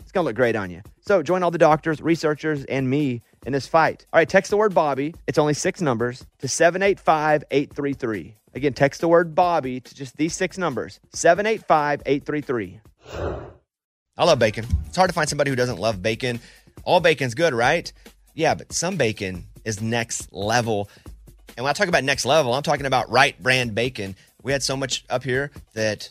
It's going to look great on you. So join all the doctors, researchers, and me in this fight. All right, text the word Bobby. It's only six numbers to 785 833. Again, text the word Bobby to just these six numbers 785 833. I love bacon. It's hard to find somebody who doesn't love bacon. All bacon's good, right? Yeah, but some bacon is next level. And when I talk about next level, I'm talking about right brand bacon. We had so much up here that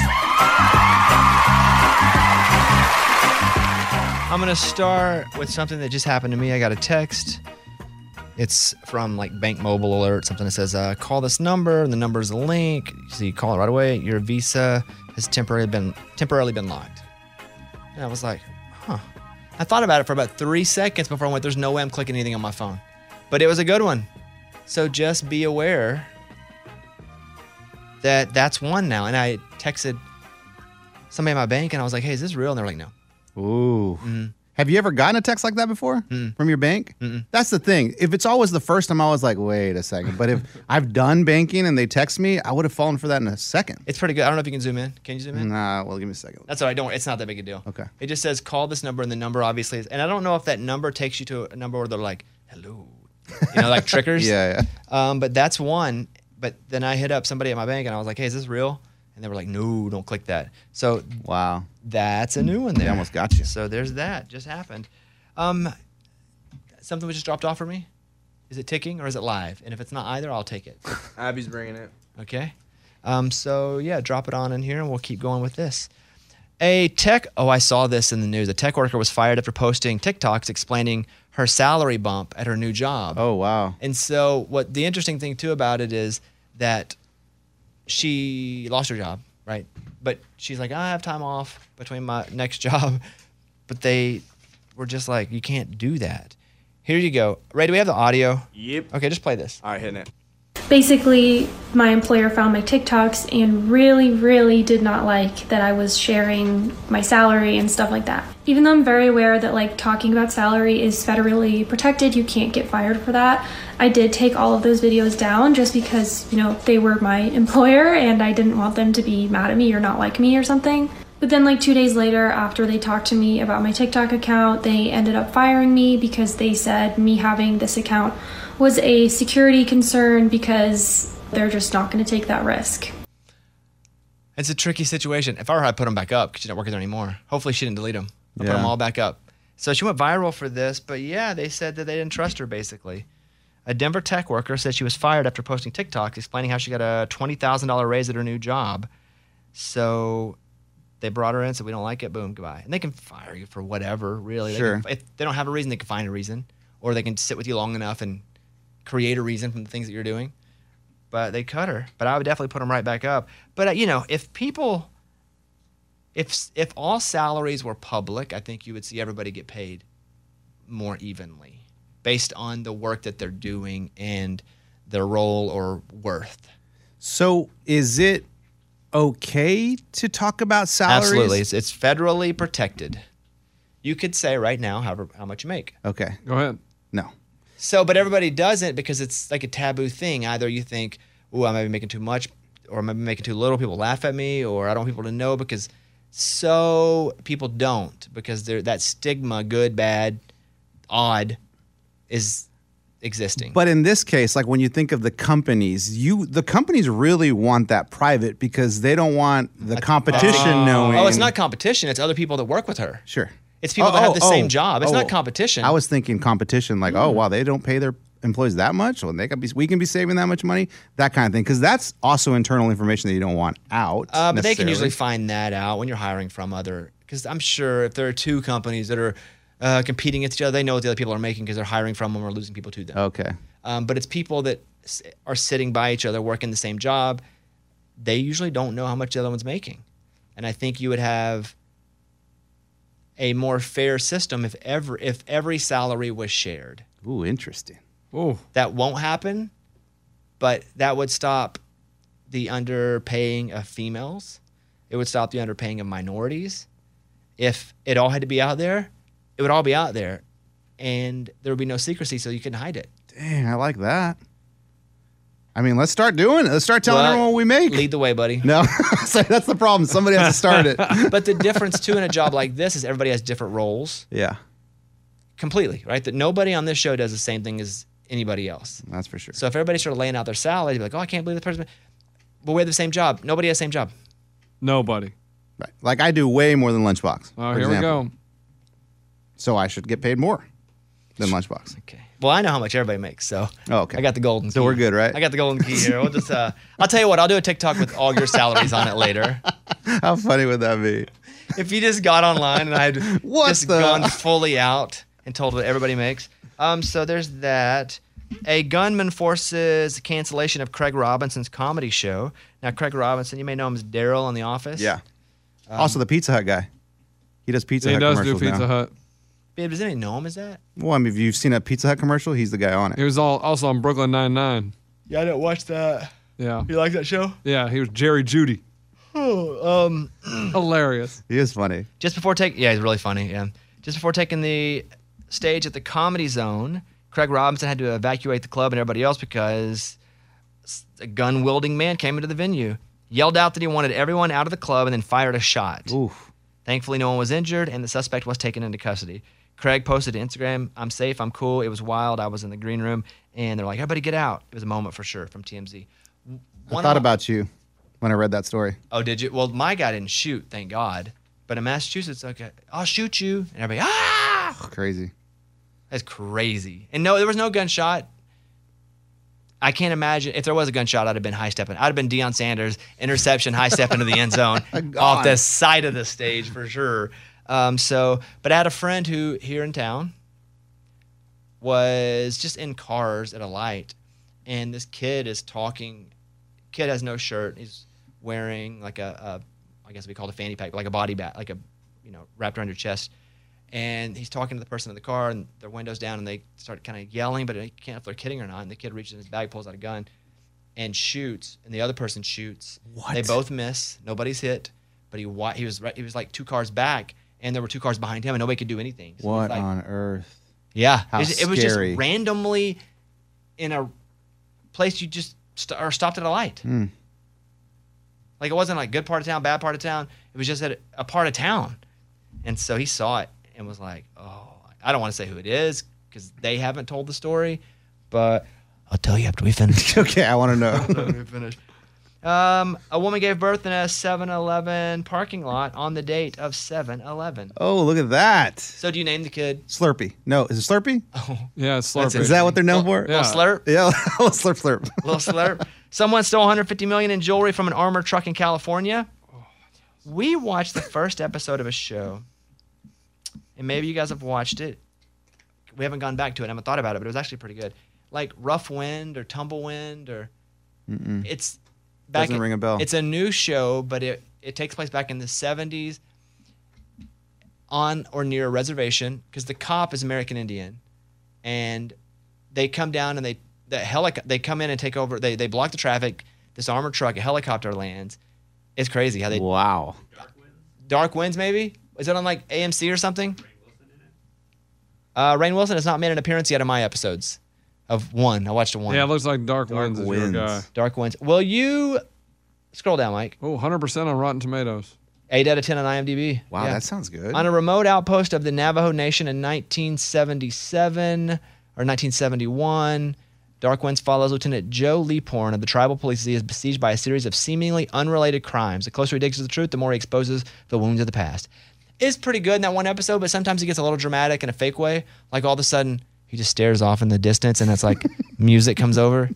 I'm going to start with something that just happened to me. I got a text. It's from like Bank Mobile Alert, something that says, uh, call this number, and the number is a link. So you call it right away. Your Visa has temporarily been temporarily been locked. And I was like, huh. I thought about it for about three seconds before I went, there's no way I'm clicking anything on my phone. But it was a good one. So just be aware that that's one now. And I texted somebody at my bank and I was like, hey, is this real? And they're like, no. Ooh. Mm-hmm. Have you ever gotten a text like that before from your bank? That's the thing. If it's always the first, I'm always like, wait a second. But if I've done banking and they text me, I would have fallen for that in a second. It's pretty good. I don't know if you can zoom in. Can you zoom in? Nah, well, give me a second. That's all right. Don't worry. It's not that big a deal. Mm. Okay. It just says call this number, and the number obviously is. And I don't know if that number takes you to a number where they're like, hello, you know, like trickers. Yeah, yeah. Um, but that's one. But then I hit up somebody at my bank and I was like, hey, is this real? And they were like, no, don't click that. So Wow. that's a new one there. Hmm. almost got you. So there's that. Just happened. Um, something was just dropped off for me. Is it ticking or is it live? And if it's not either, I'll take it. Abby's bringing it. Okay. Um, so yeah, drop it on in here, and we'll keep going with this. A tech. Oh, I saw this in the news. A tech worker was fired after posting TikToks explaining her salary bump at her new job. Oh, wow. And so, what the interesting thing too about it is that she lost her job, right? But she's like, I have time off between my next job. But they were just like, you can't do that. Here you go. Ray, do we have the audio? Yep. Okay, just play this. All right, hitting it. basically my employer found my TikToks and really really did not like that I was sharing my salary and stuff like that. Even though I'm very aware that like talking about salary is federally protected, you can't get fired for that. I did take all of those videos down just because, you know, they were my employer and I didn't want them to be mad at me or not like me or something. But then, like two days later, after they talked to me about my TikTok account, they ended up firing me because they said me having this account was a security concern because they're just not going to take that risk. It's a tricky situation. If I were her, I'd put them back up because she's not working there anymore. Hopefully, she didn't delete them. I put Yeah. them all back up. So she went viral for this, but yeah, they said that they didn't trust her basically. A Denver tech worker said she was fired after posting TikToks explaining how she got a $20,000 raise at her new job. So they brought her in, said, We don't like it, boom, goodbye. And they can fire you for whatever, really. They Sure. can- if they don't have a reason, they can find a reason, or they can sit with you long enough and create a reason from the things that you're doing but they cut her. But I would definitely put them right back up. But uh, you know, if people If if all salaries were public, I think you would see everybody get paid more evenly based on the work that they're doing and their role or worth. So is it okay to talk about salaries? Absolutely. It's, it's federally protected. You could say right now however how much you make. Okay. Go ahead. No. So, but everybody doesn't because it's like a taboo thing. Either you think, "Ooh, I might be making too much," or "I might be making too little." People laugh at me, or I don't want people to know because so people don't because they're, that stigma, good, bad, odd, is existing. But in this case, like when you think of the companies, you the companies really want that private because they don't want the competition knowing. oh, it's not competition. It's other people that work with her. Sure. It's people that have the same job. It's oh. not competition. Hmm. I was thinking competition, like, oh wow, they don't pay their employees that much, well, they could be, we can be saving that much money, that kind of thing, because that's also internal information that you don't want out. Uh, but they can necessarily. usually find that out when you're hiring from other. Because I'm sure if there are two companies that are uh, competing against each other, they know what the other people are making because they're hiring from them or losing people to them. Okay. Um, but it's people that s- are sitting by each other working the same job. They usually don't know how much the other one's making. And I think you would have a more fair system if ever if every salary was shared. Ooh, interesting. Oh, That won't happen, but that would stop the underpaying of females. It would stop the underpaying of minorities. If it all had to be out there, it would all be out there and there would be no secrecy so you couldn't hide it. Dang, I like that. I mean, let's start doing it. Let's start telling Well, everyone what we make. Lead the way, buddy. no, so that's the problem. Somebody has to start it. But the difference too in a job like this is everybody has different roles yeah, completely, right? That nobody on this show does the same thing as anybody else. that's for sure. So if everybody started laying out their salary, be like, "Oh, I can't believe the person," but we have the same job. Nobody has the same job. nobody. Right. Like I do way more than Lunchbox. Oh, for here example. we go. So I should get paid more than Lunchbox. Okay. Well, I know how much everybody makes, so Oh, okay. I got the golden. So key. we're good, right? I got the golden key here. We'll just, uh, I'll tell you what, I'll do a TikTok with all your salaries on it later. How funny would that be? If you just got online and I had What just the- gone fully out and told what everybody makes. Um, so there's that. A gunman forces cancellation of Craig Robinson's comedy show. Now, Craig Robinson, you may know him as Daryl on The Office. also, the Pizza Hut guy. He does Pizza He Hut does do commercials Pizza now. Hut. Babe, does anybody know him as that? Well, I mean, if you've seen a Pizza Hut commercial, he's the guy on He it. was all also on Brooklyn Nine Nine. Yeah, I didn't watch that. Yeah, You like that show? yeah. He was Jerry Judy. Um, Hilarious. He is funny. Just before taking, yeah, he's really funny. Yeah, just before taking the stage at the Comedy Zone, Craig Robinson had to evacuate the club and everybody else because s- a gun wielding man came into the venue, yelled out that he wanted everyone out of the club, and then fired a shot. Oof. Thankfully, no one was injured, and the suspect was taken into custody. Craig posted to Instagram, "I'm safe. I'm cool. It was wild. I was in the green room, and they're like, everybody get out.' It was a moment for sure from TMZ. W- I one thought of my- about you when I read that story. Oh, did you? Well, my guy didn't shoot, thank God. But in Massachusetts, okay, I'll shoot you. And everybody, ah! Crazy. That's crazy. And no, there was no gunshot. I can't imagine. If there was a gunshot, I'd have been high stepping. I'd have been Deion Sanders, interception, high stepping to the end zone off the side of the stage for sure. Um, so, but I had a friend who here in town was just in cars at a light, and this kid is talking. Kid has no shirt. He's wearing like a, a I guess we call it a fanny pack, like a body bag, like a, you know, wrapped around your chest. And he's talking to the person in the car, and their windows down, and they start kind of yelling, but he can't know if they're kidding or not. And the kid reaches in his bag, pulls out a gun, and shoots, and the other person shoots. What? They both miss. Nobody's hit, but he wa- he was right, he was like two cars back, and there were two cars behind him, and nobody could do anything. So it was What like- on earth? yeah, How it, was, it was just scary. randomly in a place you just st- or stopped at a light. Hmm. Like it wasn't like good part of town, bad part of town. It was just at a, a part of town, and so he saw it and was like, "Oh, I don't want to say who it is because they haven't told the story, but I'll tell you after we finish." Okay, I want to know. after we finish. Um, a woman gave birth in a 7-Eleven parking lot on the date of 7-Eleven. oh, look at that. So do you name the kid? Slurpee. No, is it Slurpee? Yeah, it's Slurpee. Is that what they're known for? Yeah. Little slurp. Yeah, oh, slurp, slurp. little slurp. Someone stole 150 million in jewelry from an armored truck in California. We watched the first episode of a show, and maybe you guys have watched it. We haven't gone back to it. I haven't thought about it, but it was actually pretty good. Like Rough Wind or Tumblewind or it's back Doesn't in- ring a bell. It's a new show, but it it takes place back in the 70s, on or near a reservation because the cop is American Indian, and they come down and they the helic- they come in and take over. They they block the traffic. This armored truck, a helicopter lands. It's crazy how they Wow. Dark Winds, maybe? Is it on like AMC or something? Uh, Rain Wilson has not made an appearance yet in my episodes of one. I watched one. Yeah, it looks like Dark, Winds, is your Winds. guy. Dark Winds. Will you scroll down, Mike? Oh, 100% on Rotten Tomatoes. 8 out of 10 on IMDb. Wow, Yeah. that sounds good. On a remote outpost of the Navajo Nation in 1977 or 1971, Dark Winds follows Lieutenant Joe Leaporn of the Tribal Police as he is besieged by a series of seemingly unrelated crimes. The closer he digs to the truth, the more he exposes the wounds of the past. It's pretty good in that one episode, but sometimes it gets a little dramatic in a fake way. Like all of a sudden, he just stares off in the distance, and it's like music comes over.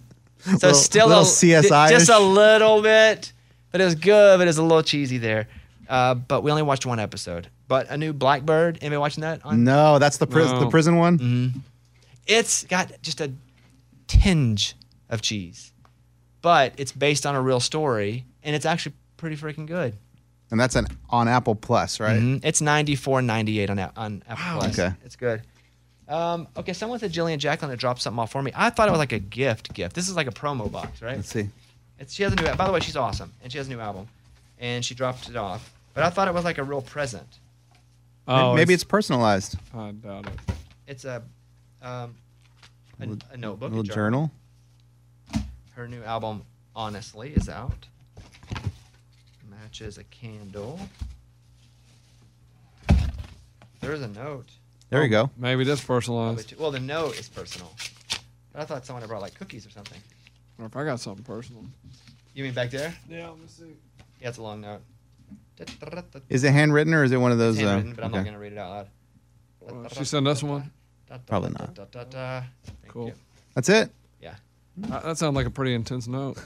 So it's still little a CSI -ish. just a little bit, but it was good, but it was a little cheesy there. Uh, but we only watched one episode. But a new Blackbird, anybody watching that? On? no, that's the, pris- No. the prison one. It's got just a tinge of cheese, but it's based on a real story, and it's actually pretty freaking good. And that's an on Apple Plus, right? Mm, It's 94 98 on, A- on Apple Plus. Okay. It's good. Um, okay, someone said Jillian Jacqueline to drop something off for me. I thought it was like a gift gift. This is like a promo box, right? Let's see. It's, she has a new. By the way, she's awesome, and she has a new album, and she dropped it off. But I thought it was like a real present. Oh, Maybe it's personalized. I doubt it. It's a, um, a, a notebook, little a journal. journal. Her new album, Honestly, is out. Matches a candle. There's a note. There you go. Maybe it is Probably personalized. too- Well, the note is personal. But I thought someone had brought like cookies or something. Or if I got something personal. You mean back there? Yeah, let me see. Yeah, it's a long note. Is it handwritten or is it one of those? uh, It's handwritten, but I'm not okay. going to read it out Well, loud. Uh, she sent us one? Probably not. Thank Cool. you. That's it. Yeah. Uh, that sounds like a pretty intense note.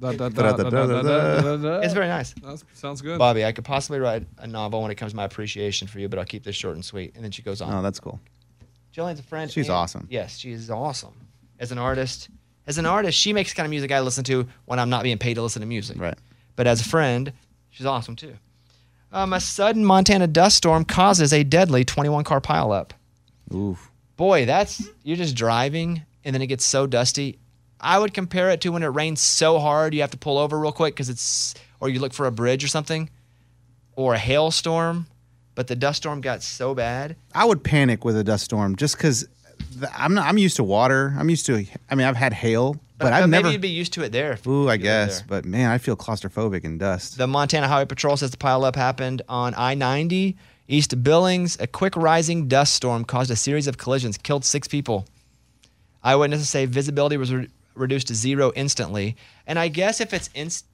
Da, da, da, da, da, da, da, da. Da-da-da-da-da-da. It's very nice. That sounds good. Bobby, I could possibly write a novel when it comes to my appreciation for you, but I'll keep this short and sweet. And then she goes on. Oh, that's cool. Jillian's a friend. She's and- awesome. Yes, she is awesome. As an artist, as an artist, she makes the kind of music I listen to when I'm not being paid to listen to music. Right. But as a friend, she's awesome too. Um, a sudden Montana dust storm causes a deadly 21 car pileup. Oof. Boy, that's you're just driving and then it gets so dusty. I would compare it to when it rains so hard you have to pull over real quick because it's or you look for a bridge or something or a hailstorm. But the dust storm got so bad I would panic with a dust storm just because I'm not. I'm used to water. I'm used to. I mean, I've had hail, but, I've maybe never. you'd be used to it there. if ooh, I you lived guess. there. But man, I feel claustrophobic in dust. The Montana Highway Patrol says the pileup happened on I 90 east of Billings. A quick rising dust storm caused a series of collisions, killed six people. Eyewitnesses say visibility was re- reduced to zero instantly. And I guess if it's inst.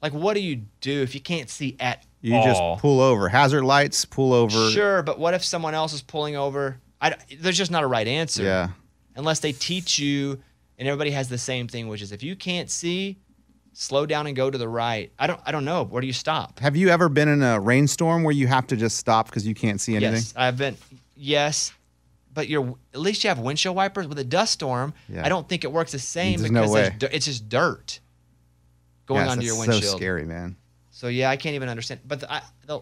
Like, what do you do if you can't see at you all? just pull over. Hazard lights. Pull over. Sure, but what if someone else is pulling over? I, d- there's just not a right answer. Yeah. Unless they teach you, and everybody has the same thing, which is if you can't see, slow down and go to the right. I don't. I don't know. Where do you stop? Have you ever been in a rainstorm where you have to just stop because you can't see anything? Yes, I've been. Yes, but you're at least you have windshield wipers with a dust storm. Yeah. I don't think it works the same There's no because way. di- it's just dirt going Yes, onto your that's windshield. So scary, man. So, yeah, I can't even understand. But the, I, the,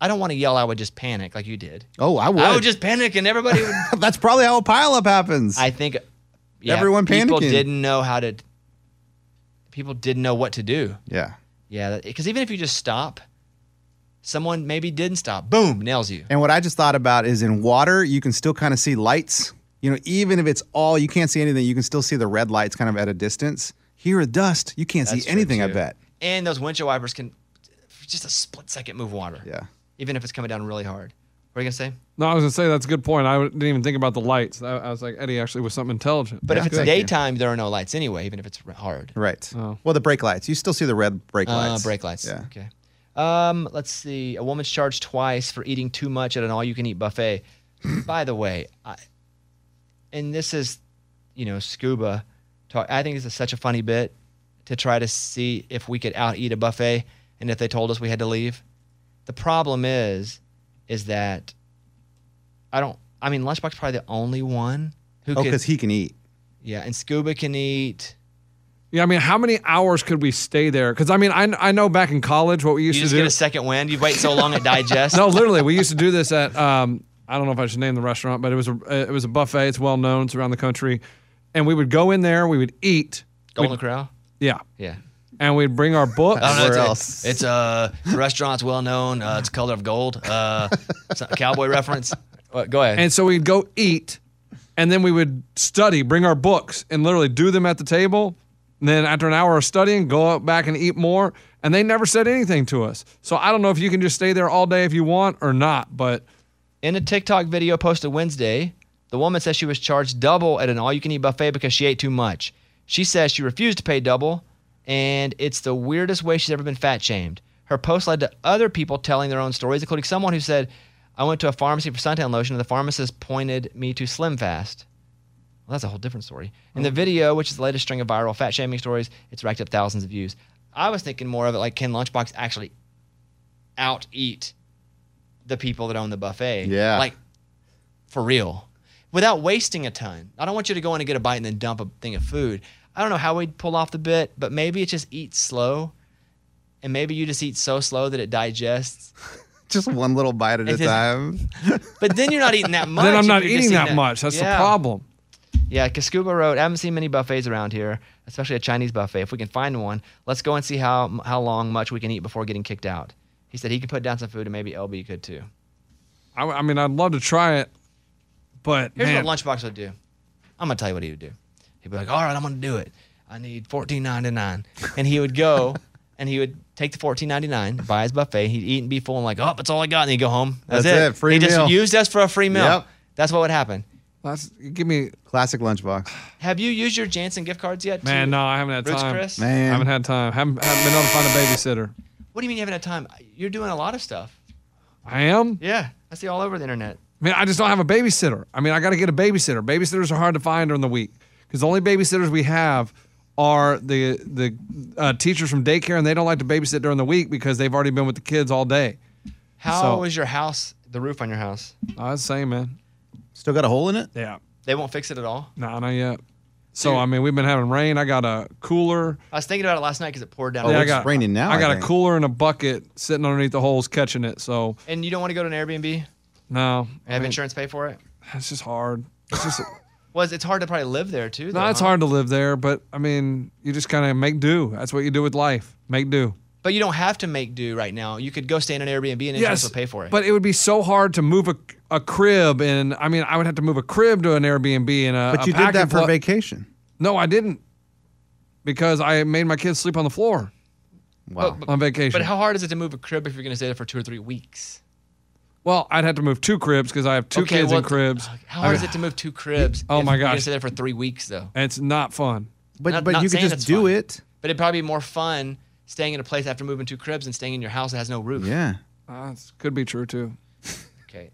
I don't want to yell. I would just panic like you did. Oh, I would. I would just panic, and everybody would. That's probably how a pileup happens. I think yeah, Everyone People panicking. didn't know how to. People didn't know what to do. yeah. Yeah, because even if you just stop, someone maybe didn't stop. Boom, nails you. And what I just thought about is in water, you can still kind of see lights. You know, even if it's all you can't see anything, you can still see the red lights kind of at a distance. Here with dust, you can't That's see true, anything, I too. bet. And those windshield wipers can for just a split second move water. Yeah. Even if it's coming down really hard. What are you gonna say? No, I was gonna say that's a good point. I didn't even think about the lights. I, I was like, Eddie actually was something intelligent. But if it's good. daytime, there are no lights anyway, even if it's r- hard. Right. Oh. Well, the brake lights. You still see the red brake Uh, lights. brake lights. Yeah. Okay. Um, let's see. A woman's charged twice for eating too much at an all-you-can-eat buffet. By the way, I, and this is, you know, scuba talk. I think this is such a funny bit to try to see if we could out eat a buffet and if they told us we had to leave. The problem is, is that I don't. I mean, Lunchbox probably the only one who Oh, could. because he can eat. yeah, and scuba can eat. Yeah, I mean, how many hours could we stay there? Because I mean, I, I know back in college what we used You to just do. get a second wind. You wait so long it digests. no, literally, we used to do this at um, I don't know if I should name the restaurant, but it was a it was a buffet. It's well known. It's around the country, and we would go in there. We would eat. Golden Corral. Yeah, Yeah. and we'd bring our books. I don't know, Where it's, else? It's uh, the restaurant's well known. Uh, it's color of gold. Uh, it's a cowboy reference. Uh, go ahead. And so we'd go eat, and then we would study, bring our books, and literally do them at the table. And then after an hour of studying, go out back and eat more. And they never said anything to us. So I don't know if you can just stay there all day if you want or not. But In a TikTok video posted Wednesday, the woman says she was charged double at an all you can eat buffet because she ate too much. She says she refused to pay double, and it's the weirdest way she's ever been fat shamed. Her post led to other people telling their own stories, including someone who said, I went to a pharmacy for suntan lotion, and the pharmacist pointed me to Slim Fast. Well, that's a whole different story. In the video, which is the latest string of viral fat shaming stories, it's racked up thousands of views. I was thinking more of it like, can Lunchbox actually out eat the people that own the buffet? Yeah. Like, for real, without wasting a ton. I don't want you to go in and get a bite and then dump a thing of food. I don't know how we'd pull off the bit, but maybe it just eats slow. And maybe you just eat so slow that it digests. Just one little bite at a It's just- time. But then you're not eating that much. then I'm if not you're just eating that much. That's the Yeah. problem. Yeah, Cascuba wrote, I haven't seen many buffets around here, especially a Chinese buffet. If we can find one, let's go and see how how long much we can eat before getting kicked out. He said he could put down some food and maybe LB could too. I, I mean, I'd love to try it, but Here's man, what Lunchbox would do. I'm gonna tell you what he would do. He'd be like, "All right, I'm gonna do it. I need 14.99," and he would go and he would take the 14.99, buy his buffet. He'd eat and be full and like, "Oh, that's all I got," and he'd go home. That's, That's it, free he meal. just used us for a free meal. Yep. That's what would happen. that's give me Classic lunchbox. Have you used your Jansen gift cards yet? man. to- No, I haven't had Roots time. Chris? Man. haven't had time. Haven't, haven't been able to find a babysitter. What do you mean you haven't had time? You're doing a lot of stuff. I am. Yeah, I see all over the internet. I mean, I just don't have a babysitter. I mean, I got to get a babysitter. Babysitters are hard to find during the week because the only babysitters we have are the the uh, teachers from daycare, and they don't like to babysit during the week because they've already been with the kids all day. How So- was your house? The roof on your house? I was saying, man. Still got a hole in it? Yeah. They won't fix it at all. Nah, not yet. So I mean, we've been having rain. I got a cooler. I was thinking about it last night because it poured down. Oh, on Yeah, I us. it's got, raining now, I I got think. a cooler and a bucket sitting underneath the holes catching it. So and you don't want to go to an Airbnb and no, I have mean, insurance pay for it. it's just hard. It's just Was it's hard to probably live there too? no, though, it's huh? hard to live there, but I mean, you just kind of make do. That's what you do with life. Make do. But you don't have to make do right now. You could go stay in an Airbnb and insurance will pay for it. But it would be so hard to move a, a crib, and I mean, I would have to move a crib to an Airbnb and a. But a you did packing that for pla- vacation. No, I didn't, because I made my kids sleep on the floor Wow. on vacation. but how hard is it to move a crib if you're going to stay there for two or three weeks? well, I'd have to move two cribs because I have two Okay, kids well, uh, in cribs. How hard is it to move two cribs? Oh if my You're going to gosh. stay there for three weeks though. And it's not fun. but Not- but not you could saying just it's do fun. it. But it'd probably be more fun staying in a place after moving two cribs than staying in your house that has no roof. Yeah. Uh, it's- could be true too. Okay.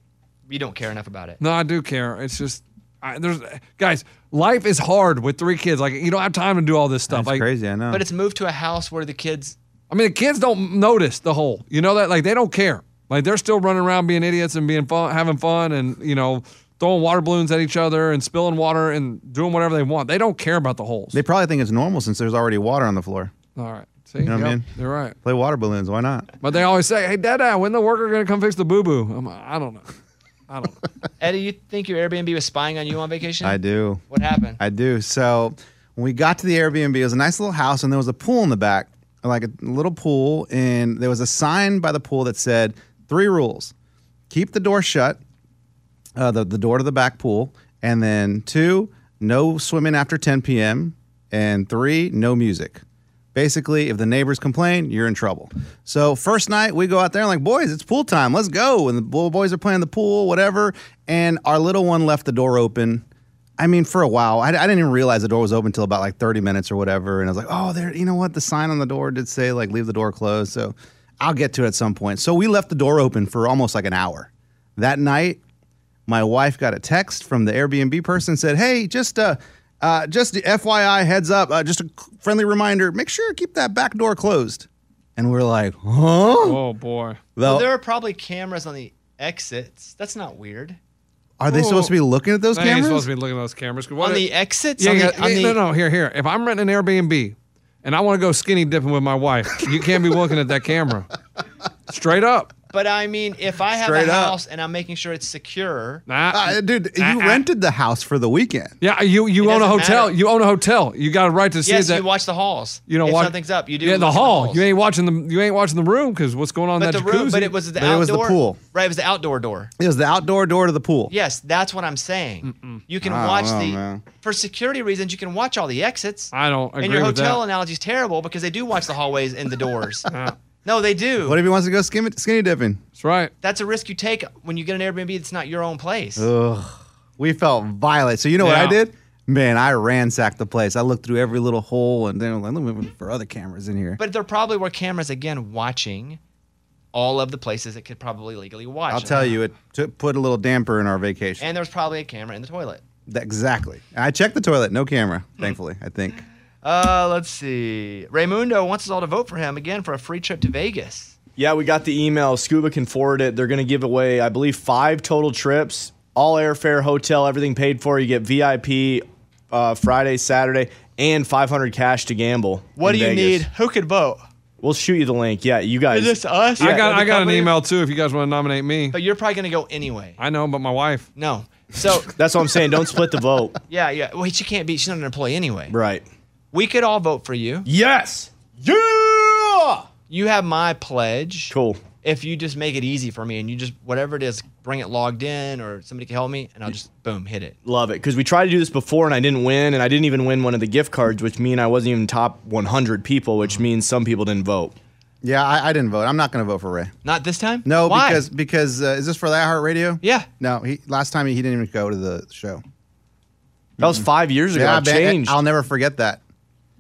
You don't care enough about it. No, I do care. It's just. I, there's guys, life is hard with three kids. Like you don't have time to do all this stuff. That's like crazy, I know. Uh, But it's moved to a house where the kids I mean, the kids don't notice the hole. You know that? Like, they don't care. Like, they're still running around being idiots and being fun, having fun and, you know, throwing water balloons at each other and spilling water and doing whatever they want. They don't care about the holes. they probably think it's normal since there's already water on the floor. All right. See? You know what I mean? You're right. Play water balloons, why not? But they always say, hey, Dada, when the worker going to come fix the boo boo? I'm like, I don't know. I don't know. Eddie, you think your Airbnb was spying on you on vacation? I do. What happened? I do. So when we got to the Airbnb, it was a nice little house, and there was a pool in the back, like a little pool, and there was a sign by the pool that said three rules: keep the door shut, uh, the the door to the back pool, and then two, no swimming after 10 p.m., and three, no music. Basically, if the neighbors complain, you're in trouble. So first night we go out there and like, boys, it's pool time. Let's go. And the bo- boys are playing the pool, whatever. And our little one left the door open. I mean, for a while, I, I didn't even realize the door was open until about like 30 minutes or whatever. And I was like, oh, there, you know what? The sign on the door did say like leave the door closed. So I'll get to it at some point. So we left the door open for almost like an hour. That night, my wife got a text from the Airbnb person said, "Hey, just uh, uh, just FYI, heads up, uh, just a friendly reminder, make sure to keep that back door closed." And we're like, "Huh? Oh, boy. Well, Well, there are probably cameras on the exits. That's not weird. are they supposed to be looking at those I ain't supposed cameras?" to be looking at those cameras. 'cause what On if- the exits? Yeah, on yeah, the, on yeah, the- no, no, here, here. If I'm renting an Airbnb, and I want to go skinny dipping with my wife. You can't be looking at that camera. Straight up. But I mean, if I have Straight a up. house and I'm making sure it's secure, Nah. Uh, dude, you Uh-uh. rented the house for the weekend. Yeah, you, you Ah, It own a doesn't hotel. matter. You own a hotel. You got a right to see yes, that. you watch the halls. you know if what? something's up, you do. Yeah, the look at hall. halls. you ain't watching the you ain't watching the room because what's going on But in the that room, jacuzzi? but it was the But outdoor it was the pool. Right, it was the outdoor door. It was the outdoor door to the pool. Yes, that's what I'm saying. You can I don't watch know, the man. for security reasons. You can watch all the exits. I don't agree And your with hotel that. analogy is terrible because they do watch the hallways and the doors. no, they do. What if he wants to go skinny, skinny dipping? That's right. that's a risk you take when you get an Airbnb that's not your own place. We felt violent. So you know what I Yeah. did? Man, I ransacked the place. I looked through every little hole and then like, let me look for other cameras in here. But there probably were cameras again watching all of the places it could probably legally watch. I'll tell you, it took, put a little damper in our vacation. And there was probably a camera in the toilet. That- exactly. And I checked the toilet, no camera, thankfully. I think. Uh, let's see. Raymundo wants us all to vote for him again for a free trip to Vegas. Yeah, we got the email. Scuba can forward it. They're going to give away, I believe, five total trips, all airfare, hotel, everything paid for. You get VIP uh, Friday, Saturday, and 500 cash to gamble. What do in you Vegas. need? Who could vote? We'll shoot you the link. Yeah, you guys. Is this us? I got Or the I got an company? email too. If you guys want to nominate me, But you're probably gonna go anyway. I know, but my wife. No. So That's what I'm saying. Don't split the vote. yeah, yeah. Wait, she can't be. She's not an employee anyway. Right. We could all vote for you. Yes. Yeah. You have my pledge. Cool. If you just make it easy for me and you just whatever it is, bring it logged in or somebody can help me, and I'll just boom hit it. Love it. Because we tried to do this before and I didn't win, and I didn't even win one of the gift cards, which mean I wasn't even top 100 people, which means some people didn't vote. Yeah, I, I didn't vote. I'm not going to vote for Ray. Not this time. No, Why? because because uh, is this for the iHeart Radio? Yeah. No, he last time he didn't even go to the show. That Mm-hmm. was five years ago. Yeah, I've I bet- changed. I'll never forget that.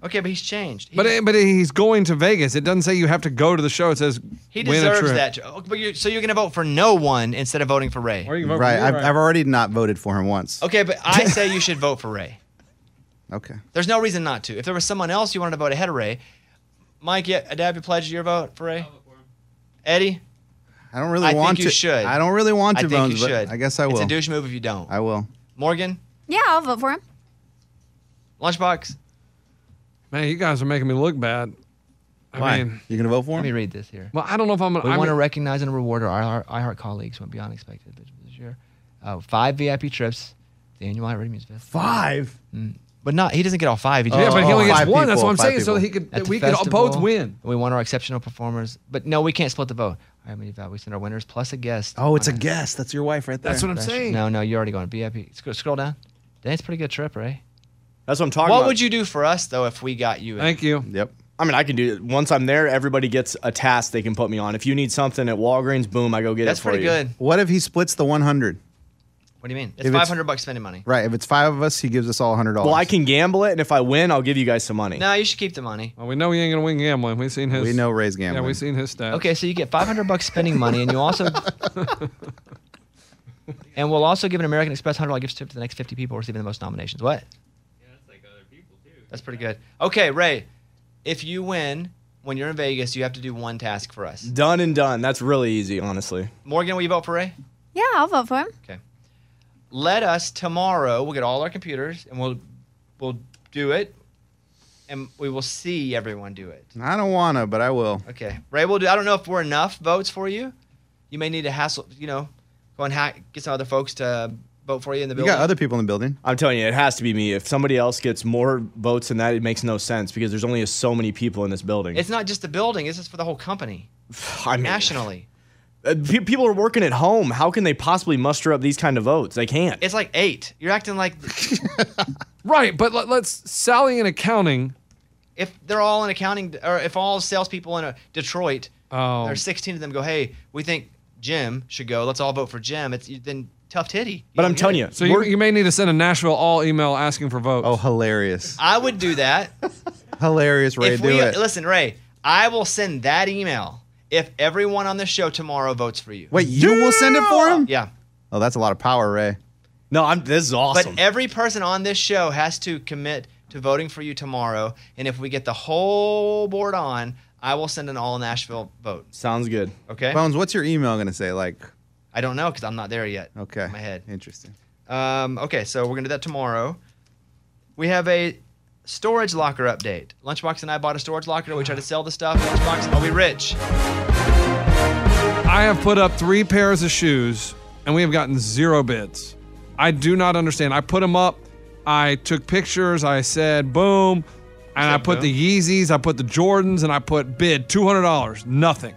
Okay, but he's changed. He, But it, but he's going to Vegas. It doesn't say you have to go to the show. It says he win a deserves trip. that. Oh, But you're, so you're gonna vote for no one instead of voting for Ray. Or you can vote for Right. me, I've, I've already not voted for him once. Okay, but I say you should vote for Ray. Okay. There's no reason not to. If there was someone else you wanted to vote ahead of Ray, Mike, yeah, Adab, you pledge your vote for Ray. Eddie, I don't really I think want you to. should. I don't really want I to, think Bones, you but should. I guess I will. It's a douche move if you don't. I will. Morgan, Yeah, I'll vote for him. Lunchbox. Man, you guys are making me look bad. I Why? mean, you gonna vote for Let me him? read this here. well, I don't know if I'm. We I want to mean- recognize and reward our iHeart colleagues who went beyond expected this year. Uh, five VIP trips, the annual iHeart Music Fest. Mm. Five. But not, he doesn't get all five. He just yeah, gets but he one. only gets Oh, Five one. That's people, what I'm five saying. So that he people. could At that the Oh, we could all festival, both win. We want our exceptional performers, but no, we can't split the vote. All right, we, uh, we send our winners plus a guest. Oh, it's a on guest. That's your wife right there. That's what I'm saying. No, no, you're already going VIP. Scroll, scroll down. That's a pretty good trip, right? That's what I'm talking about. What would you do for us though if we got you? in? Thank you. Yep. I mean, I can do it. Once I'm there, everybody gets a task they can put me on. If you need something at Walgreens, boom, I go get That's it for pretty you. good. What if he splits the 100? What do you mean? If It's it's- 500 bucks spending money. Right. If it's five of us, he gives us all $100. Well, I can gamble it, and if I win, I'll give you guys some money. No, you should keep the money. Well, we know he ain't gonna win gambling. We've seen his. We know Ray's Yeah, gambling. we've seen his stats. Okay, so you get 500 bucks spending money, and you also. and we'll also give an American Express $100 gift tip to the next 50 people receiving the most nominations. What? Yeah, that's like other people, too. That's pretty good. Okay, Ray, if you win when you're in Vegas, you have to do one task for us. Done and done. That's really easy, honestly. Morgan, will you vote for Ray? Yeah, I'll vote for him. let us tomorrow we'll get all our computers and we'll we'll do it and we will see everyone do it I don't want to, but I will. okay ray we'll do i don't know if we're enough votes for you you may need to hassle you know go and hack, get some other folks to vote for you in the You building got other people in the building. I'm telling you, it has to be me. If somebody else gets more votes than that, it makes no sense because there's only so many people in this building. it's not just the building this is for the whole company I mean, nationally uh, pe- people are working at home. How can they possibly muster up these kind of votes? They can't. it's like eight you're acting like Right, but let, let's Sally in accounting. if they're all in accounting or if all salespeople in uh, detroit Oh. there's 16 of them go hey we think jim should go let's all vote for jim it's then tough titty You but don't I'm get telling it. you, So you, we're- you may need to send a Nashville all email asking for votes. Oh, hilarious. I would do that. Hilarious, Ray. if do we uh, it. listen, Ray, I will send that email if everyone on the show tomorrow votes for you. Wait, you will send it for him? Yeah. Oh, that's a lot of power, Ray. no, I'm, this is awesome. But every person on this show has to commit to voting for you tomorrow. And if we get the whole board on, I will send an all Nashville vote. Sounds good. Okay. Bones, what's your email going to say? Like, I don't know because I'm not there yet. okay. In my head. Interesting. Um, okay, so we're gonna do that tomorrow. We have a Storage locker update. Lunchbox and I bought a storage locker. We tried to sell the stuff. Lunchbox, are we rich? I have put up three pairs of shoes and we have gotten zero bids. I do not understand. I put them up. I took pictures. I said boom. And I Said put boom. the Yeezys, I put the Jordans, and I put bid $200. Nothing.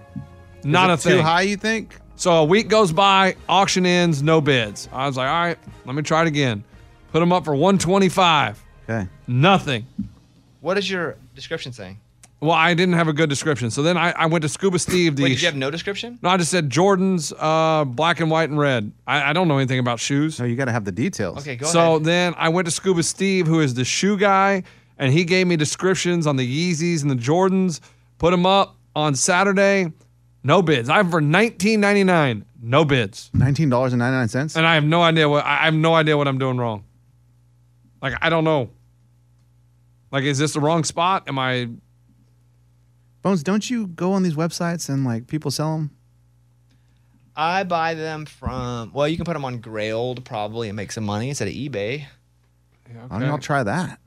Not a Is it thing. Too high, you think? So a week goes by, auction ends, no bids. I was like, all right, let me try it again. Put them up for 125. Okay. Nothing. What is your description saying? Well, I didn't have a good description. So then I, I went to Scuba Steve. The Wait, did you have no description? no, I just said Jordan's uh, black and white and red. I, I don't know anything about shoes. No, you got to have the details. Okay, go So ahead. then I went to Scuba Steve, who is the shoe guy, and he gave me descriptions on the Yeezys and the Jordans. Put them up on Saturday. No bids. I'm for 19.99. No bids. Nineteen dollars and ninety nine cents. and I have no idea what I I have no idea what I'm doing wrong. Like I don't know. Like is this the wrong spot? Am I? Bones, don't you go on these websites and like people sell them? I buy them from, well, you can put them on Grailed probably and make some money instead of eBay. I don't know. I'll try that.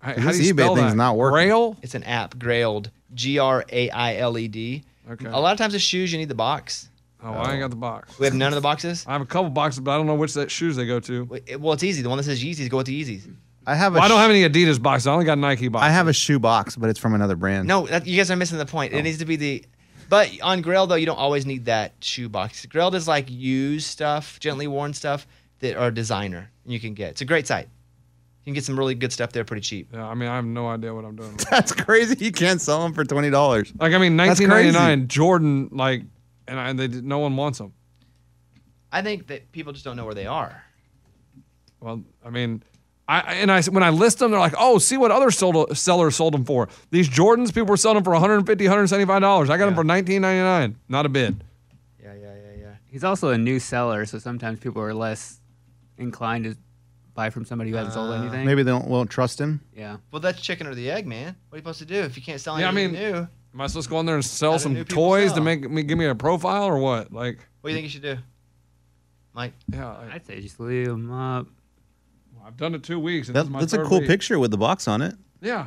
I- This eBay spell thing's that? not working. Grail. It's an app, Grailed, G R A I L E D. Okay. A lot of times, the shoes, you need the box. Oh, I ain't got the box. We have none of the boxes. I have a couple boxes, but I don't know which that shoes they go to. Wait, it- Well, it's easy. The one that says Yeezys, go with the Yeezys. I have. A Well, I don't have sh- any Adidas boxes. I only got Nike boxes. I have a shoe box, but it's from another brand. No, that, you guys are missing the point. It needs to be the. But on Grail though, you don't always need that shoe box. Grail does like used stuff, gently worn stuff that are designer you can get. It's a great site. You can get some really good stuff there pretty cheap. Yeah, I mean, I have no idea what I'm doing. wrong. that's crazy. You can't sell them for twenty dollars. like, I mean, crazy. 1999 Jordan, like, and I, they did- no one wants them. I think that people just don't know where they are. Well, I mean, I I- and I when I list them, they're like, oh, see what other sold, sellers sold them for. These Jordans, people were selling them for 150, 175 dollars. I got them for 19.99. Not a bid. Yeah, yeah, yeah, yeah. He's also a new seller, so sometimes people are less inclined to buy from somebody who hasn't sold anything. Maybe they don't, won't trust him. Yeah. Well, that's chicken or the egg, man. What are you supposed to do if you can't sell Yeah, I anything mean- new? Am I supposed to go in there and sell How do some new people toys to sell? make me give me a profile or what? Like, What do you think you should do, Mike? yeah, like, I'd say just leave them up. I've done it two weeks. And this That, is my that's a third cool week. picture with the box on it. Yeah.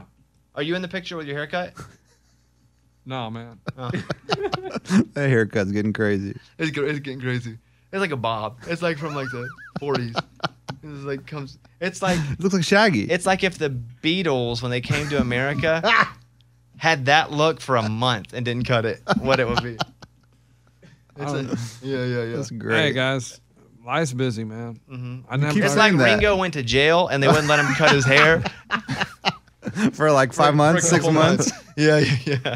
Are you in the picture with your haircut? No, man. That haircut's getting crazy. It's, gr- it's getting crazy. It's like a bob. It's like from like the 40s. It's like comes. It's like It looks like Shaggy. It's like if the Beatles, when they came to America, had that look for a month and didn't cut it, what it would be. Um, It's a- yeah, yeah, yeah. that's Hey great. Mm-hmm. guys, life's busy, man. I never. keep It's time. like Saying that. Ringo went to jail and they wouldn't let him cut his hair. for like five months, a six couple months. yeah, yeah, yeah.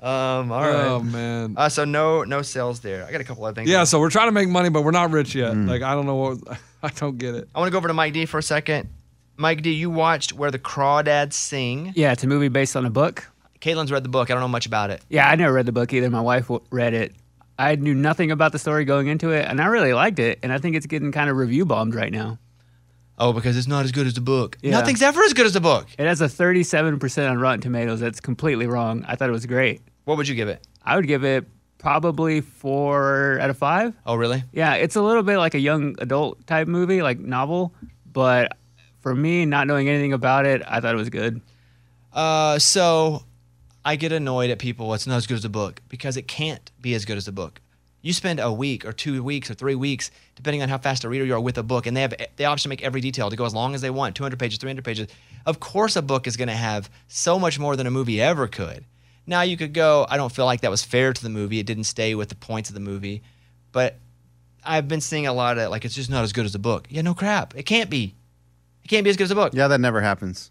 Um, all right. oh man. uh, so no, no sales there. I got a couple other things. yeah, so we're trying to make money, but we're not rich yet. Mm. Like, I don't know what. I don't get it. I want to go over to Mike D for a second. Mike D, you watched Where the Crawdads Sing. Yeah, it's a movie based on a book. Caitlin's read the book. I don't know much about it. Yeah, I never read the book either. My wife w- read it. I knew nothing about the story going into it, and I really liked it. And I think it's getting kind of review bombed right now. Oh, because it's not as good as the book. Yeah. Nothing's ever as good as the book. It has a 37% on Rotten Tomatoes. That's completely wrong. I thought it was great. What would you give it? I would give it probably four out of five. Oh, really? Yeah, it's a little bit like a young adult type movie, like novel. But for me, not knowing anything about it, I thought it was good. Uh, so I get annoyed at people. It's not as good as the book because it can't be as good as the book. You spend a week or two weeks or three weeks, depending on how fast a reader you are with a book, and they have the option to make every detail to go as long as they want 200 pages, 300 pages. Of course, a book is going to have so much more than a movie ever could. Now, you could go, I don't feel like that was fair to the movie. It didn't stay with the points of the movie. But I've been seeing a lot of, like, it's just not as good as the book. Yeah, no crap. It can't be. It can't be as good as the book. Yeah, that never happens.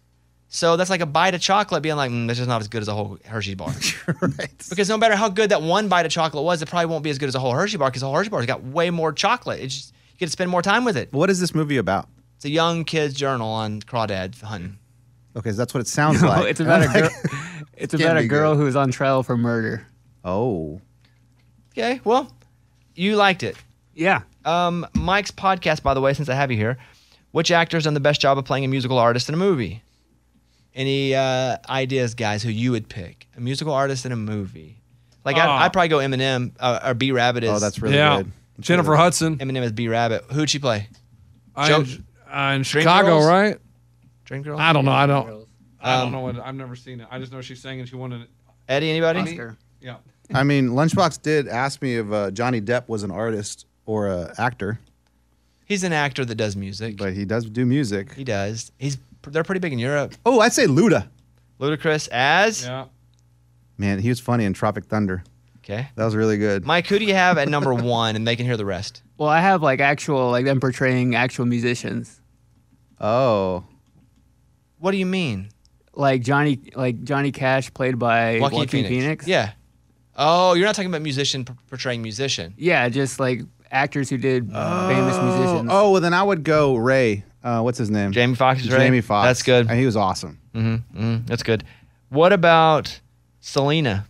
So that's like a bite of chocolate being like, mm, that's just not as good as a whole Hershey bar. right. because no matter how good that one bite of chocolate was, it probably won't be as good as a whole Hershey bar because a whole Hershey bar's got way more chocolate. It's just, you get to spend more time with it. What is this movie about? It's a young kid's journal on crawdad hunting. Okay, so that's what it sounds Oh, like. it's about a I'm girl. like, It's about a be girl good. who is on trial for murder. Oh, Okay, well, you liked it. Yeah, Um, Mike's podcast, by the way, since I have you here, which actor's done the best job of playing a musical artist in a movie? Any uh, ideas, guys, who you would pick? A musical artist in a movie? Like, I'd, Oh. I'd probably go Eminem uh, or B Rabbit is. Ah. oh, that's really yeah. good. That's Jennifer really Hudson. Eminem is B Rabbit. Who'd she play? I- Joe- uh, in Chicago, Girls? Oh, right? Dream Um, Girl? I don't know. I don't. I don't know what I've never seen it. I just know she sang and she wanted it. Eddie, anybody? Oscar. Yeah. I mean, Lunchbox did ask me if uh, Johnny Depp was an artist or an actor, He's an actor that does music. but he does do music. he does. He's they're pretty big in Europe. Oh, I'd say Luda. Ludacris as Yeah. Man, he was funny in Tropic Thunder. okay. That was really good. Mike, who do you have at number one? And they can hear the rest. Well, I have like actual like them portraying actual musicians, oh, What do you mean? like Johnny like Johnny Cash played by Joaquin, Phoenix. Yeah. Oh, you're not talking about musician p- portraying musician. yeah, just like actors who did famous musicians. oh, well then I would go Ray. Uh, what's his name? Jamie Foxx is right. Jamie Foxx. That's good. And he was awesome. Mm, that's good. What about Selena?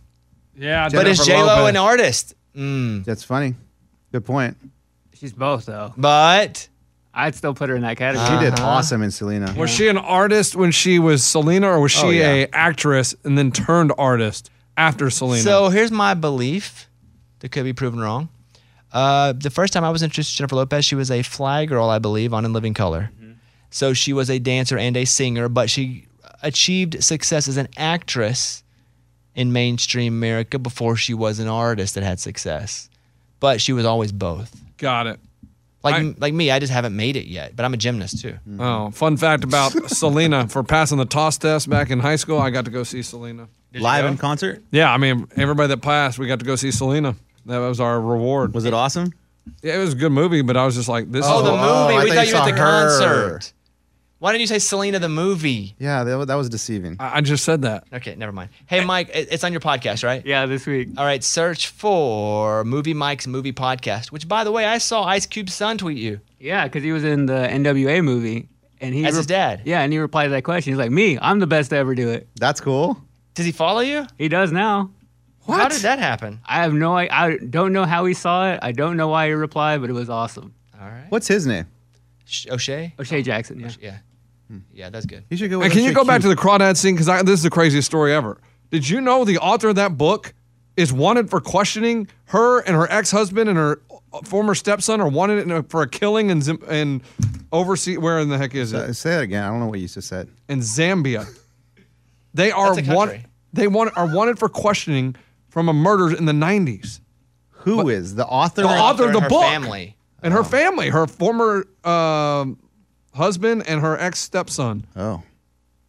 Yeah. But is J Lo an and artist? Mm. That's funny. Good point. she's both though. But I'd still put her in that category. She did awesome in Selena. Was she an artist when she was Selena, or was she Oh, a actress and then turned artist after Selena? So here's my belief that could be proven wrong. Uh, the first time I was introduced to Jennifer Lopez, she was a fly girl, I believe, on In Living Color. Mm-hmm. So she was a dancer and a singer, but she achieved success as an actress in mainstream America before she was an artist that had success. But she was always both. got it. Like I- like me, I just haven't made it yet, but I'm a gymnast too. Oh, fun fact about Selena for passing the toss test back in high school. I got to go see Selena. Live in concert? Yeah, I mean everybody that passed, we got to go see Selena. That was our reward. Was it awesome? Yeah, it was a good movie, but I was just like, this. Oh, is the a- movie. oh, I we thought thought you you were at the saw her. concert. Why didn't you say Selena the movie? Yeah, that, wa- that was deceiving. I I just said that. Okay, never mind. Hey, Mike, it- it's on your podcast, right? Yeah, this week. All right, search for Movie Mike's Movie Podcast, which, by the way, I saw Ice Cube's son tweet you. Yeah, because he was in the NWA movie, and he As his dad. Yeah, and he replied to that question. He's like, "Me, I'm the best to ever do it." That's cool. Does he follow you? He does now. What? How did that happen? I have no. I, I don't know how he saw it. I don't know why he replied, but it was awesome. All right. What's his name? Sh- O'Shea? O'Shea Jackson. Yeah. Yeah. Yeah, that's good. You should go. And With can you O'Shea go back to Cute. the crawdad scene? Because this is the craziest story ever. Did you know the author of that book is wanted for questioning her and her ex husband and her uh, former stepson are wanted in a, for a killing in Zim- in overseas. Where in the heck is Uh, it? say that again. I don't know what you just said. In Zambia. They are That's a wanted. country. They want are wanted for questioning from a murder in the nineties. Who is the author? The of- author of and the her book family. and her family, her former um husband and her ex stepson. Oh,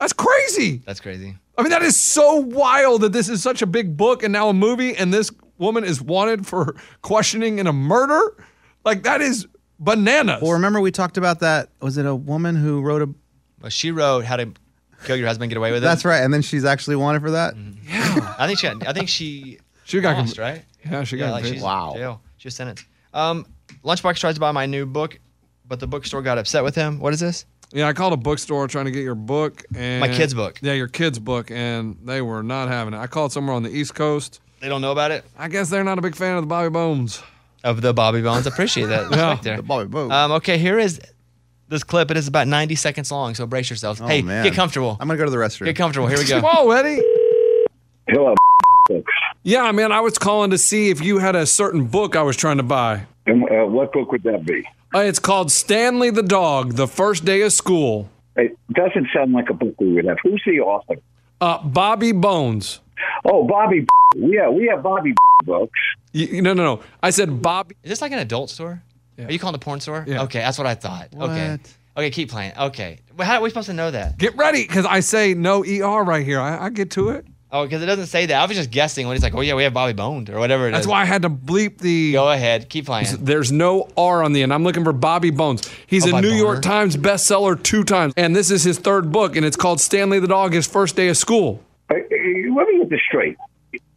That's crazy. That's crazy. I mean, that is so wild that this is such a big book and now a movie, and this woman is wanted for questioning in a murder. Like that is bananas. well, remember we talked about that. Was it a woman who wrote a? Well, she wrote How to Kill Your Husband, Get Away with It. That's right. And then she's actually wanted for that. Mm-hmm. I think she, got, I think she, She got lost, con- right? yeah, she Yeah, got like she's wow. Wow. in jail. She was sentenced. Um, Lunchbox tries to buy my new book, but the bookstore got upset with him. What is this? yeah. I called a bookstore trying to get your book and My kid's book. Yeah, your kid's book, and they were not having it. I called somewhere on the East Coast. They don't know about it. I guess they're not a big fan of the Bobby Bones. Of the Bobby Bones. Appreciate that. Respect there. The Bobby Bones. Um, okay, here is this clip. It is about 90 seconds long, so brace yourselves. Oh, hey, man. get comfortable. I'm gonna go to the restroom. Get comfortable. Here we go. Whoa, Eddie. Hello, folks. Yeah, man, I was calling to see if you had a certain book I was trying to buy. And, uh, what book would that be? Uh, it's called Stanley the Dog, The First Day of School. It doesn't sound like a book we would have. Who's the author? Uh, Bobby Bones. Oh, Bobby. Yeah, we have Bobby books. Y- y- no, no, no. I said Bobby. Is this like an adult store? Are you calling it a porn store? Yeah. Okay, that's what I thought. Okay. What? Okay, keep playing. Okay. Well, how are we supposed to know that? Get ready, because I say no ER right here. I, I get to it. Oh, because it doesn't say that. I was just guessing when he's like, oh, yeah, we have Bobby Boned or whatever it That's is. why I had to bleep the. Go ahead. Keep playing. There's no R on the end. I'm looking for Bobby Bones. He's a by New Boner. York Times bestseller two times, and this is his third book, and it's called Stanley the Dog, His First Day of School. Uh, uh, let me get this straight.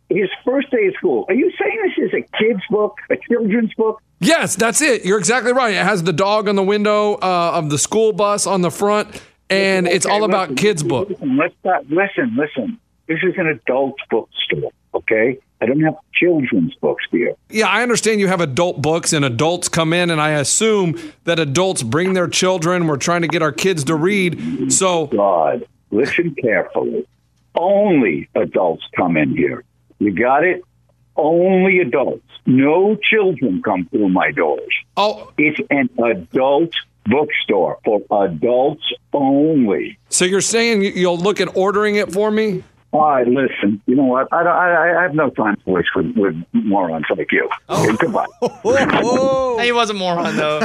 His first day of school. Are you saying this is a kid's book, a children's book? Yes, that's it. You're exactly right. It has the dog on the window uh, of the school bus on the front, and it's Okay, all about listen, kids' book. Listen, let's not, listen, listen. This is an adult bookstore, okay? I don't have children's books here. Yeah, I understand you have adult books and adults come in, and I assume that adults bring their children. We're trying to get our kids to read. So, God, listen carefully. Only adults come in here. You got it? Only adults. No children come through my doors. oh, It's an adult bookstore for adults Only. So you're saying you- you'll look at ordering it for me? All right, listen. You know what? I, don't- I, I have no time to waste with, with morons like you. Okay, goodbye. Hey, he was a moron though.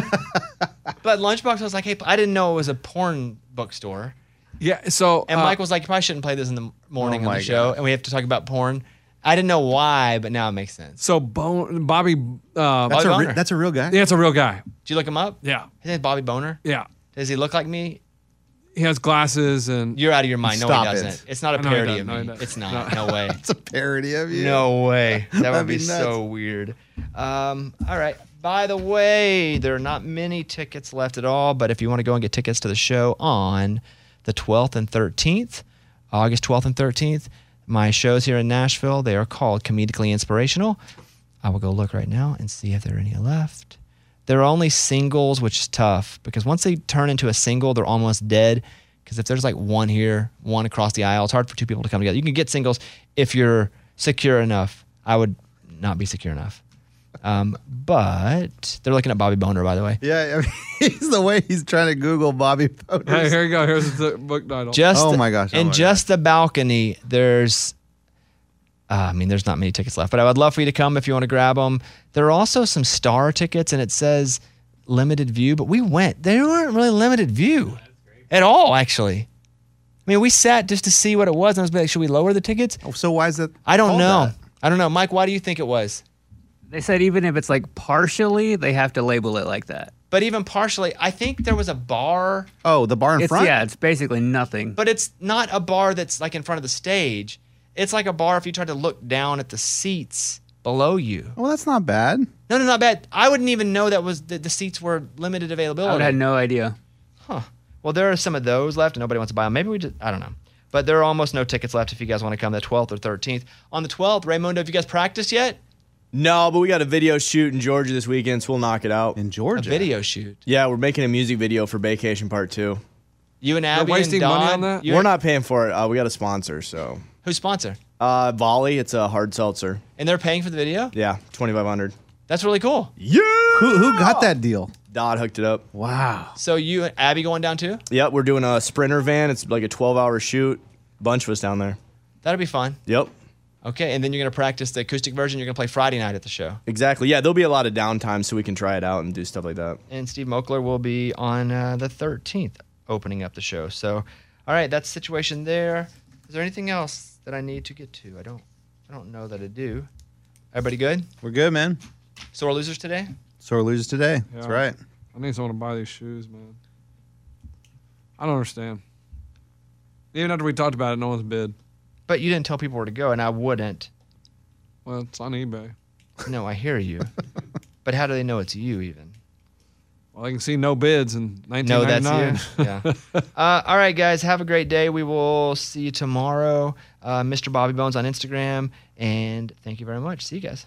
but Lunchbox was like, "Hey, I didn't know it was a porn bookstore." Yeah. So And uh, Mike was like, "You probably shouldn't play this in the morning on Oh my the show, and we have to talk about porn." I didn't know why, but now it makes sense. So Bo- Bobby. Uh, Bobby That's a, Bonner. re- that's a real guy. yeah, it's a real guy. Did you look him up? Yeah. His name's Bobby Boner. Yeah. Does he look like me? He has glasses and You're out of your mind. Stop no, he doesn't. it. It's not a I know he parody doesn't. of No, me. he doesn't. it's not. No, way. It's a parody of you. No way. That would That'd be, be so weird. Um, all right. By the way, there are not many tickets left at all, but if you want to go and get tickets to the show on the 12th and 13th, August 12th and 13th, my shows here in Nashville, they are called Comedically Inspirational. I will go look right now and see if there are any left. There are only singles, which is tough because once they turn into a single, they're almost dead. Because if there's like one here, one across the aisle, it's hard for two people to come together. You can get singles if you're secure enough. I would not be secure enough. Um, but they're looking at Bobby Boner, by the way. Yeah, I mean, he's the way he's trying to Google Bobby Hey, Boners. here you go. Here's the book title. Just Oh the- my gosh, oh In my just the balcony, there's. Uh, I mean, there's not many tickets left, but I would love for you to come if you want to grab them. There are also some star tickets, and it says limited view, but we went. They weren't really limited view at all, actually. I mean, we sat just to see what it was, and I was like, should we lower the tickets? Oh, So why is that? I don't called know. that? I don't know. Mike, why do you think it was? They said even if it's like partially, they have to label it like that. But even partially, I think there was a bar Oh, the bar in It's front. yeah, it's basically nothing. but it's not a bar that's like in front of the stage. It's like a bar if you tried to look down at the seats below you. Well, that's not bad. No, no, not bad. I wouldn't even know that was that the seats were limited availability. I would have no idea. Well, there are some of those left, and nobody wants to buy them. Maybe we just, I don't know. But there are almost no tickets left if you guys want to come the 12th or 13th. On the 12th, Raymundo, have you guys practiced yet? No, but we got a video shoot in Georgia this weekend, so we'll knock it out. In Georgia. Video shoot. Yeah, we're making a music video for Vacation Part Two. You and Abby and wasting Don, money on that? you- we're not paying for it. Uh, we got a sponsor, so Who's sponsor? uh, Volley. It's a hard seltzer. And they're paying for the video? Yeah, twenty five hundred. That's really cool. Yeah. Who, who got that deal? Dodd hooked it up. Wow. So you and Abby going down too? Yep, we're doing a sprinter van. It's like a twelve hour shoot. Bunch of us down there. That'll be fun. Yep. Okay, and then you're going to practice the acoustic version. You're going to play Friday night at the show. Exactly. Yeah, there'll be a lot of downtime so we can try it out and do stuff like that. and Steve Mokler will be on uh, the 13th opening up the show. So, all right, that's the situation there. Is there anything else that I need to get to? I don't, I don't know that I do. Everybody good? We're good, man. So we're losers today. Sore losers today. That's Yeah. right. I need someone to buy these shoes, man. I don't understand. Even after we talked about it, no one's bid. But you didn't tell people where to go, and I wouldn't. Well, it's on eBay. No, I hear you. but how do they know it's you even? Well, I can see no bids in No, that's 1999. you. Yeah. Uh, all right, guys. Have a great day. We will see you tomorrow. Uh, Mr. Bobby Bones on Instagram, and thank you very much. See you guys.